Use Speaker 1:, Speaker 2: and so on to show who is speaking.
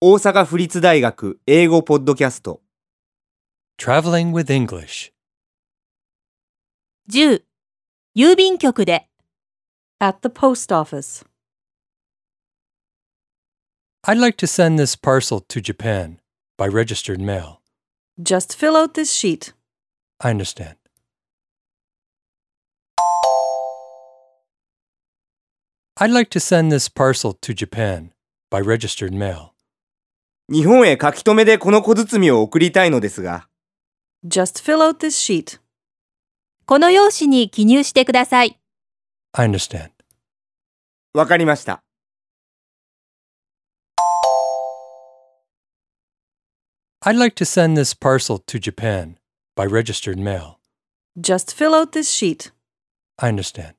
Speaker 1: 大阪府立大学英語ポッドキャスト
Speaker 2: Traveling with English.
Speaker 3: 10郵便局で
Speaker 4: At the post office.
Speaker 2: I'd like to send this parcel to Japan by registered mail.
Speaker 4: Just fill out this sheet.
Speaker 2: I understand. 'd like to send this parcel to Japan by registered mail.
Speaker 1: 日本へ書き留めでこの小包を送りたいのですが
Speaker 4: Just fill out this sheet.
Speaker 3: この用紙に記入してください。
Speaker 2: I understand.
Speaker 1: わかりました
Speaker 2: I'd like to send this parcel to Japan by registered mail.
Speaker 4: Just fill out this sheet.
Speaker 2: I understand.